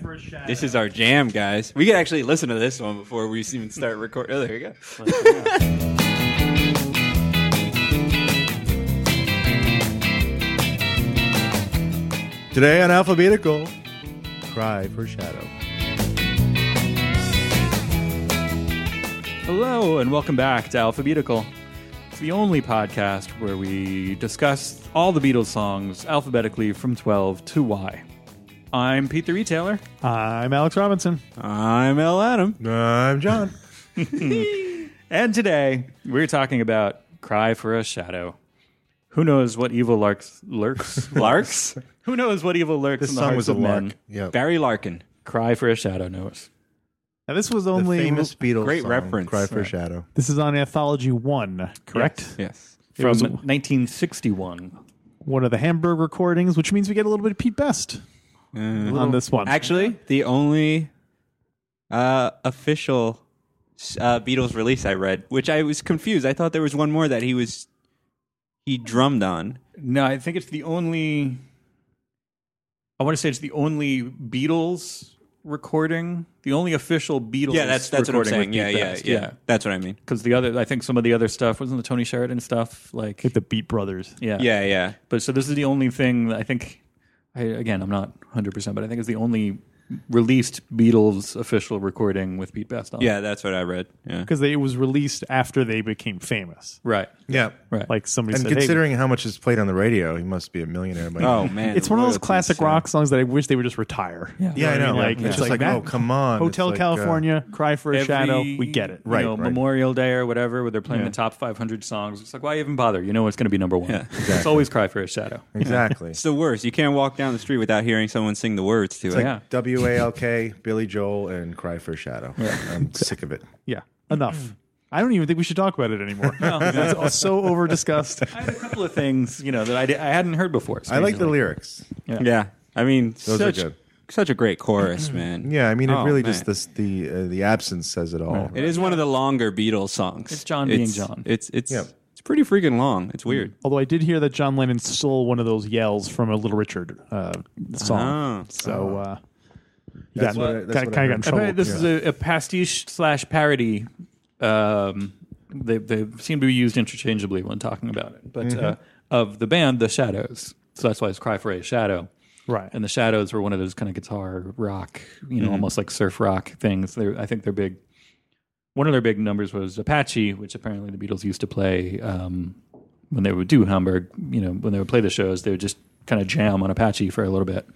for a shout This is our jam, guys. We could actually listen to this one before we even start recording. Oh, there we go. Today on Alphabetical, Cry for Shadow. Hello, and welcome back to Alphabetical. It's the only podcast where we discuss all the Beatles songs alphabetically from 12 to Y. I'm Pete the Retailer. Uh, I'm Alex Robinson. I'm L. Adam. I'm John. And today we're talking about Cry for a Shadow. Who knows what evil lurks lurks? Larks? Who knows what evil lurks This in the song hearts was a of men? lark. Yep. Barry Larkin. Cry for a Shadow knows. Now, this was The only famous Beatles great song, reference. Cry for Shadow. This is on Anthology One, correct? Yes. From 1961. One of the Hamburg recordings, which means we get a little bit of Pete Best on this one. Uh, Actually, the only uh, official uh, Beatles release I read, which I was confused. I thought there was one more that he was he drummed on. No, I think it's the only. I want to say it's the only Beatles recording, the only official Beatles. recording with Pete Best, That's what I mean. Because the other, I think some of the other stuff wasn't the Tony Sheridan stuff. Like, the Beat Brothers. yeah, Yeah, yeah. But so this is the only thing that I think. I, again, I'm not 100, percent but I think it's the only released Beatles official recording with Pete Best on. it. Yeah, that's what I read. Yeah. Because it was released after they became famous. right. Yeah. Right. Like somebody And said, hey, considering how much is played on the radio, he must be a millionaire by now. Oh man. it's one of those Royalties, classic yeah. rock songs that I wish they would just retire. Yeah. Yeah, I know. Like, it's it's just like like, that. oh, come on. Hotel It's like, uh, California, Cry for a every, Shadow. We get it. you Right, know, right. Memorial Day or whatever, where they're playing Yeah. the top 500 songs. It's like, why even bother? You know it's going to be number one. Yeah. It's always Cry for a Shadow. exactly. It's the worst. You can't walk down the street without hearing someone sing the words to it. yeah. W A L K, Billy Joel, and Cry for Shadow. I'm sick of it. Yeah, enough. I don't even think we should talk about it anymore. It's so over discussed. I had a couple of things, you know, that I, di- I hadn't heard before. I like the lyrics. Yeah. I mean, are such, good. such a great chorus, man. Yeah, I mean, it Oh, really man. just this, the uh, the absence says it all. It is one of the longer Beatles songs. It's John being John. It's it's Yep. it's pretty freaking long. It's weird. Although I did hear that John Lennon stole one of those yells from a Little Richard uh, song. Ah. so uh, he Oh. That's got, what I- got, that's what I kind of got in heard. trouble. this is a, a pastiche slash parody. Um, they, they seem to be used interchangeably when talking about it, but Mm-hmm. uh, of the band, The Shadows. So that's why it's Cry for a Shadow. right. And The Shadows were one of those kind of guitar rock, you know, almost like surf rock things. They're, I think they're big. One of their big numbers was Apache, which apparently the Beatles used to play um, when they would do Hamburg. You know, when they would play the shows, they would just kind of jam on Apache for a little bit,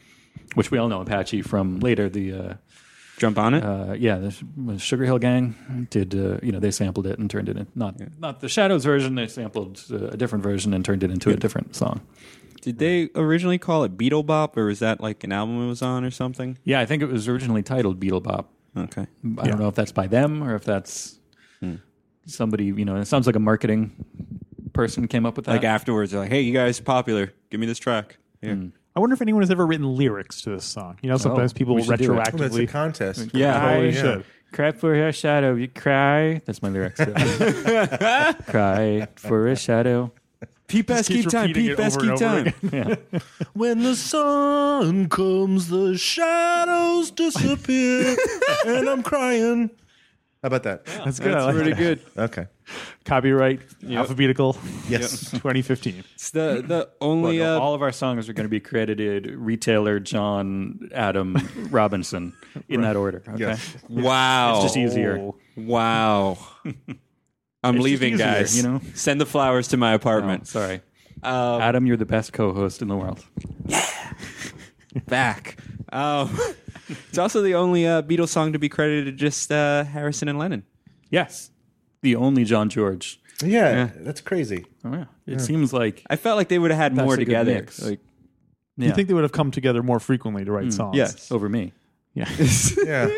which we all know Apache from later the. Uh, Jump on it. uh, yeah, the Sh- when Sugar Hill Gang did. Uh, you know, they sampled it and turned it in not not the Shadows version. They sampled uh, a different version and turned it into a different song. Did they originally call it Beetle Bop, or was that like an album it was on or something? Yeah, I think it was originally titled Beetle Bop. Okay. I don't know if that's by them or if that's Hmm. somebody. You know, it sounds like a marketing person came up with that. Like afterwards, they're like, hey, you guys, popular. Give me this track. Here. Mm. I wonder if anyone has ever written lyrics to this song. Oh, You know, sometimes people we should do it. Well, it's a retroactively. contest. Yeah. I Yeah. should. Cry for a shadow, you cry. That's my lyrics. cry for a shadow. Pete Best keeps keep time. repeating Pete it Best over and keep over time. Yeah. When the sun comes, the shadows disappear, and I'm crying. How about that? That's good. I That's like pretty that. good. Okay. Copyright alphabetical Yes. 2015. It's the the only Look, uh, all of our songs are going to be credited retailer John Adam Robinson in that order. Okay, Yes. wow. it's just easier. Wow. I'm just leaving, easier, guys. you know? send the flowers to my Oh, apartment. sorry, Uh, Adam, you're the best co-host in the world. back. Um, it's also the only uh, Beatles song to be credited to just uh, Harrison and Lennon. Yes, the only John George. Yeah, that's crazy. Oh, yeah. It seems like I felt like they would have had more a good together. mix. Like, yeah, You think they would have come together more frequently to write songs? yes. over me. Yeah. Yeah,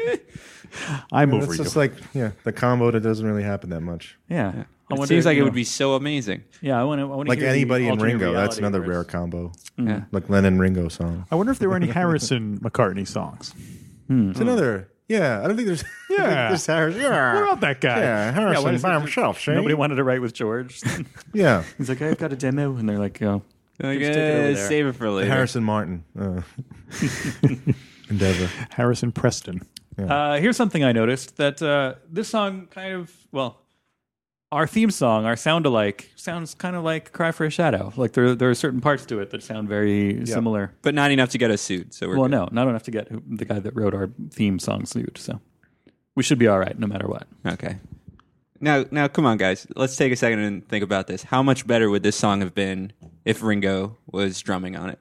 I'm over it's you. just like yeah, the combo that doesn't really happen that much. Yeah, I it wonder, seems like it you know, would be so amazing. Yeah, I want to. I want Like anybody in Ringo, that's another rare combo. Yeah. Like Lennon Ringo song. I wonder if there were any Harrison McCartney songs. It's another. Yeah, I don't think there's. I don't Yeah. think there's Harris. Yeah, What about that guy? yeah, Harrison what is by it- himself. see? Nobody wanted to write with George. Yeah, He's like, I've got a demo, and they're like, oh, Like, just take it over uh, there. save it for later. Harrison Martin. Uh, endeavor. Harrison Preston. Uh, here's something I noticed that uh, this song kind of well, our theme song, our sound alike, sounds kind of like "Cry for a Shadow." Like there, there are certain parts to it that sound very similar. but not enough to get us sued. So we're Well, good. no, not enough to get who, the guy that wrote our theme song sued. So we should be all right, no matter what. Okay. Now, now, come on, guys. Let's take a second and think about this. How much better would this song have been if Ringo was drumming on it?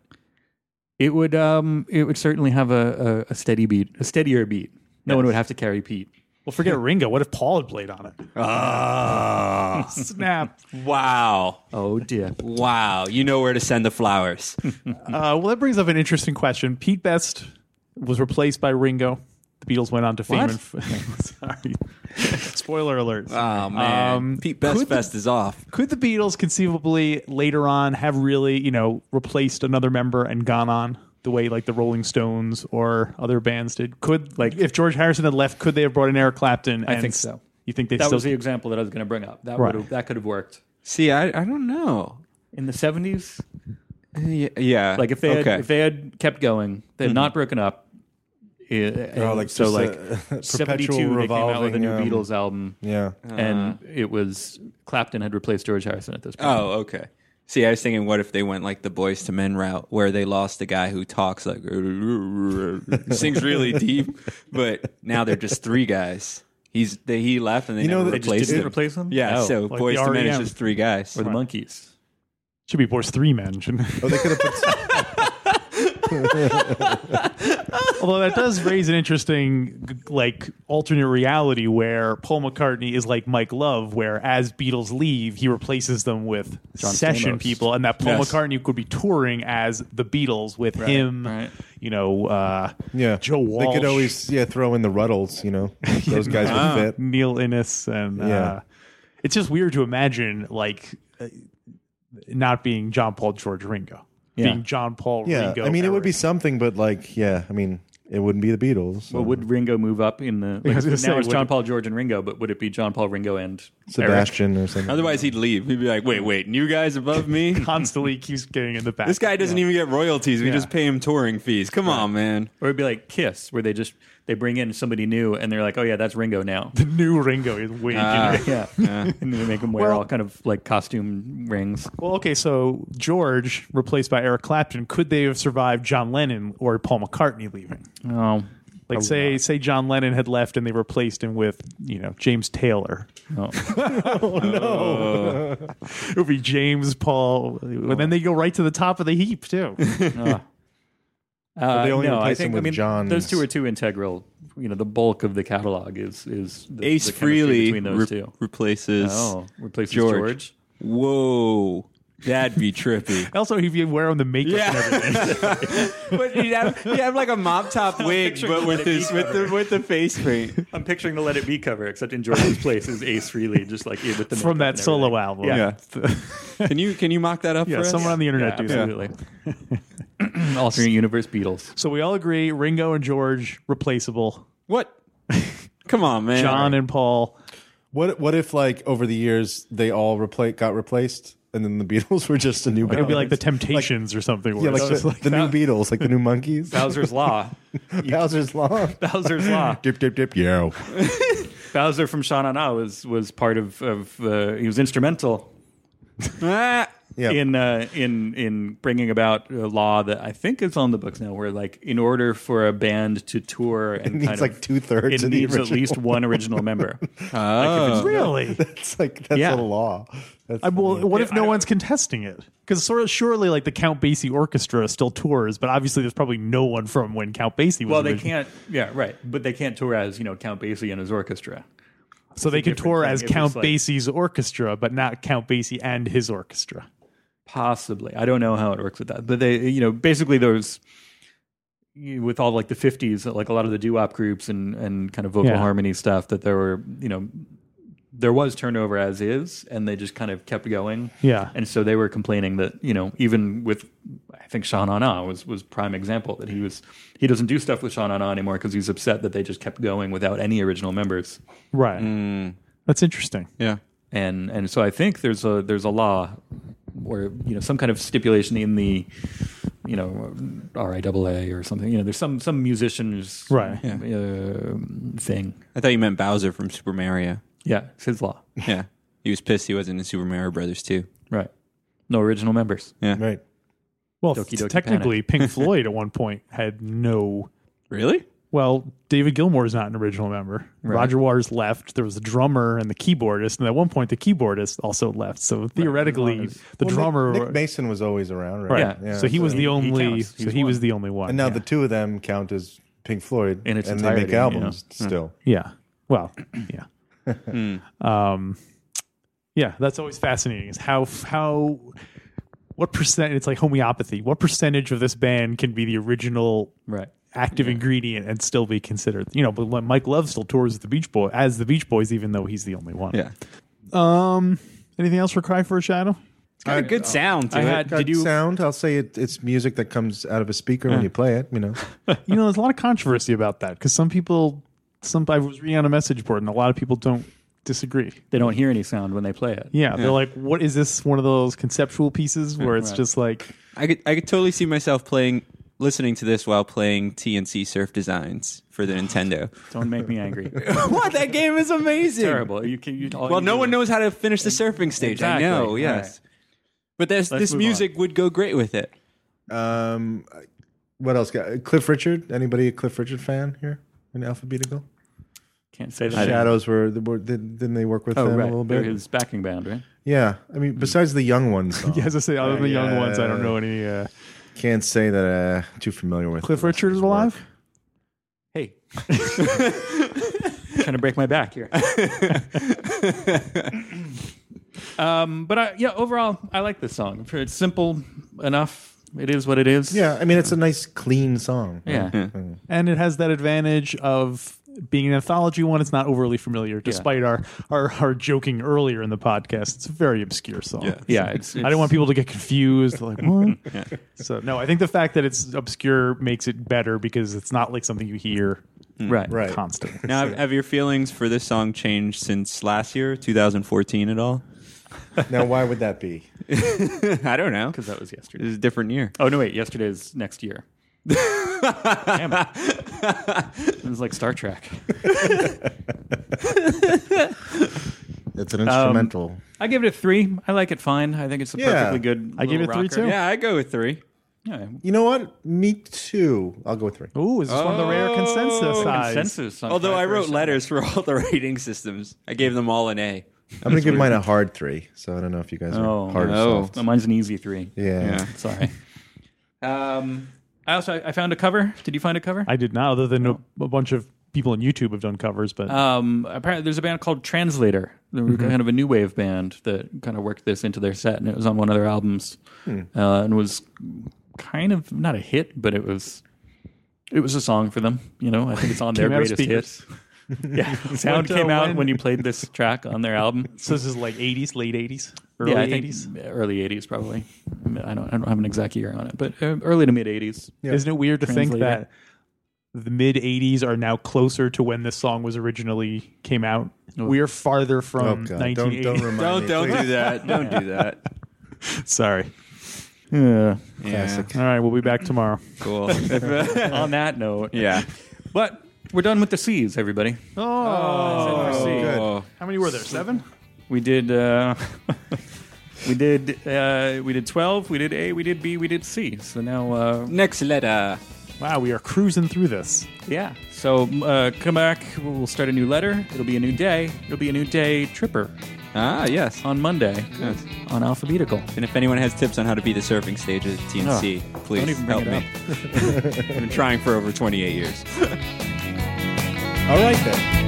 It would, um, it would certainly have a, a, a steady beat, a steadier beat. No one would have to carry Pete. Well, forget Ringo. What if Paul had played on it? Uh. Ah! Snap. wow, Oh dear. wow! You know where to send the flowers. Uh, well, that brings up an interesting question. Pete Best was replaced by Ringo. The Beatles went on to fame. What? And sorry, spoiler alert. Oh man, Um, Pete Best could the- Fest is off. Could the Beatles conceivably later on have really, you know, replaced another member and gone on the way like the Rolling Stones or other bands did? Could like if George Harrison had left, could they have brought in Eric Clapton? I think so. You think they That still? was the example that I was going to bring up. That Right. would that could have worked See, I, I don't know. in the seventies. Uh, y- Yeah, Like if they okay. had, if they had kept going, they had not broken up. oh, like so just like a- a seventy perpetual two, they came out with a new revolving, um, Beatles album, Yeah. and it was Clapton had replaced George Harrison at this point. oh, okay. See, I was thinking, what if they went like the boys to men route, where they lost the guy who talks like sings really deep, but now they're just three guys. He's they, he left and they You know, never they just replaced didn't him. replace him? Yeah, Oh, so like boys the to men is REM. just three guys. or the monkeys. should be Boris Three Men. shouldn't it? Oh, they could have put. Although that does raise an interesting g- like alternate reality where Paul McCartney is like Mike Love, where as Beatles leave, he replaces them with John session Stamos. people, and that Paul Yes. McCartney could be touring as the Beatles with him. right. You know, uh, Yeah. Joe Walsh. They could always yeah throw in the Ruddles. You know, those guys would fit. Neil Innes, and Yeah. uh, it's just weird to imagine like uh, not being John Paul George Ringo, being John Paul Yeah. Ringo. I mean, it would be Eric. something, but like, yeah. I mean, it wouldn't be the Beatles. so. But would Ringo move up in the? Like, I was now gonna say, it's would John it- Paul, George, and Ringo. But would it be John Paul, Ringo, and Eric? Uh, Sebastian or something? Otherwise, he'd leave. He'd be like, "Wait, wait, new guys above me. constantly keeps getting in the back. This guy doesn't even get royalties. We just pay him touring fees. Come on, man." Or it'd be like Kiss, where they just they bring in somebody new, and they're like, "Oh yeah, that's Ringo now." the new Ringo is way Ah. yeah, and then they make him wear all kind of like costume rings. Well, okay, so George replaced by Eric Clapton, could they have survived John Lennon or Paul McCartney leaving? Oh, Like say say John Lennon had left and they replaced him with, you know, James Taylor. oh. It would be James Paul. And then they go right to the top of the heap too. Uh, they only no, I replaced think him I with mean John's. those two are too integral. You know, the bulk of the catalog is is the, Ace the chemistry Freely between those re- two. replaces. Oh, replaces George. George. Whoa, that'd be trippy. also he'd be wearing the makeup and everything. but he'd have, he'd have like a mop top wig, picturing but him with in a his beat with the with the face paint. I'm picturing the Let It Be cover, except in George's place is Ace Freely, just like with the from that solo album. Yeah. Can you can you mock that up Yeah, for us? someone on the internet do that. absolutely. Alternate universe Beatles. So we all agree Ringo and George replaceable. What? Come on, man. John and Paul. What what if like over the years they all repla- got replaced, and then the Beatles were just a new band? It'd be like the Temptations or something. yeah, where like it's just the, the new Beatles, like the new Monkeys, Bowser's Law. Bowser's Law, Bowser's Law. dip dip dip, yo. Bowser from Sha Na Na was was part of of uh, he was instrumental Ah. Yeah, in uh, in in bringing about a law that I think is on the books now, where like in order for a band to tour and kind needs, of, like, two-thirds it of the needs at original. least one original member. Oh. really? it's like that's a Yeah. law. That's, I, well, what if I no don't- one's contesting it? Because sort of surely, like the Count Basie Orchestra still tours, but obviously there's probably no one from when Count Basie was. well, they originally- can't. Yeah, right. But they can't tour as you know Count Basie and his orchestra. So they could different tour thing as if it's Count like- Basie's orchestra, but not Count Basie and his orchestra. Possibly, I don't know how it works with that. But they, you know, basically those you- with all like the fifties, like a lot of the doo wop groups and and kind of vocal Yeah. harmony stuff that there were, you know. There was turnover as is, and they just kind of kept going. Yeah. And so they were complaining that, you know, even with I think Sean Anna was was prime example that he was he doesn't do stuff with Sean Anna anymore because he's upset that they just kept going without any original members. Right. Hmm. That's interesting. Yeah. And and so I think there's a there's a law or you know some kind of stipulation in the you know, RIAA or something. You know, there's some some musicians Right. uh, thing. I thought you meant Bowser from Super Mario. Yeah, it's his law. Yeah, he was pissed he wasn't in Super Mario Brothers too. Right. No original members. Yeah, Right. Well, Doki t- Doki technically, Pink Floyd at one point had no. really? Well, David Gilmour is not an original member. Roger Waters left. There was a drummer and the keyboardist, and at one point, the keyboardist also left. So theoretically, the Well, Nick- drummer, Nick, Mason was always around, right? right? Yeah. so he was the only. counts. so He's he was one. the only one. And now yeah. the two of them count as Pink Floyd, In its and they make entirety, Hmm. albums still. Yeah. Well, yeah. um, yeah, that's always fascinating. Is how how what percent? It's like homeopathy. What percentage of this band can be the original Right. active ingredient and still be considered? You know, but when Mike Love still tours with the Beach Boy as the Beach Boys, even though he's the only one. Yeah, Um. Anything else for Cry for a Shadow? it's got a good sound. To I it. had- Got Did you- sound? I'll say it, it's music that comes out of a speaker when you play it. You know, you know, there's a lot of controversy about that because some people, some I was reading on a message board, and a lot of people don't disagree. They don't hear any sound when they play it. Yeah, they're like, what is this? One of those conceptual pieces where it's just like, I could I could totally see myself playing listening to this while playing TNC Surf Designs for the Nintendo. Don't make me angry. what that game is amazing. Terrible. You can. You, all Well, you no do one is- knows how to finish the surfing stage. Exactly. I know, All yes. But this Let's this move music would go great with it. um, what else? Got uh, Cliff Richard? Anybody a Cliff Richard fan here in alphabetical? Can't say that. Shadows were, the were didn't didn't they work with Oh, them right. a little They're bit? his backing band, right? Yeah, I mean, besides the young ones, though, as I say, other than the young yeah. ones, I don't know any. Uh, can't say that uh, too familiar with. Cliff Richard is alive. Hey. trying to break my back here. um, but I, yeah, overall, I like this song. For- It's simple enough. It is what it is. Yeah, I mean, it's a nice clean song. Yeah. and it has that advantage of being an anthology one. It's not overly familiar, despite our, our our joking earlier in the podcast. It's a very obscure song. Yeah. Yeah. It's, I don't want people to get confused. Like what? So no, I think the fact that it's obscure makes it better because it's not like something you hear people. Right. Right. constantly. Now, have, have your feelings for this song changed since last year, 2014, at all? Now, why would that be? I don't know. Because that was yesterday. It's a different year. Oh no! Wait, yesterday's next year. Damn it! It was like Star Trek. It's Um, an instrumental. I give it a three. I like it fine. I think it's a Yeah. perfectly good. I gave little it a three, rocker. too. Yeah, I go with three. Yeah. you know what? Me too. I'll go with three. Ooh, is this one of the rare consensus Oh, size? Consensus. on Although five I wrote first. letters for all the rating systems, I gave them all an A. I'm gonna give mine a hard three. So I don't know if you guys are Oh, hard no. or soft. No, mine's an easy three. Yeah. Sorry. Um, I also I found a cover. Did you find a cover? I did not, other than a, a bunch of people on YouTube have done covers, but um, apparently there's a band called Translator. They were kind of a new wave band that kind of worked this into their set, and it was on one of their albums, uh, and was kind of not a hit, but it was it was a song for them. You know, I think it's on their Came out of greatest hits. yeah, sound When, uh, came out when- when you played this track on their album. so this is like 80s, late 80s, early yeah, I 80s. think early '80s probably. I mean, I don't, I don't have an exact year on it, but uh, early to mid '80s. Yeah. Isn't it weird to think Translator. that the mid 80s are now closer to when this song was originally came out? We're farther Oh from god! Don't 1980. don't remind Don't me. don't please. do that. Don't do that. Sorry. Yeah, Yeah. Classic. All right, we'll be back tomorrow. cool. on that note, yeah. But we're done with the C's, everybody. Oh, Good. how many were there? Seven? We did. Uh, we did. Uh, we did twelve. We did A. We did B. We did C. So now, uh, Next letter. Wow, we are cruising through this. yeah. So uh, come back. We'll start a new letter. It'll be a new day. It'll be a new day. Tripper Ah, yes. on Monday Yes. on alphabetical. And if anyone has tips on how to be the surfing stage at TNC, please Oh, Don't even bring help it me. I've been trying for over 28 years. All right then.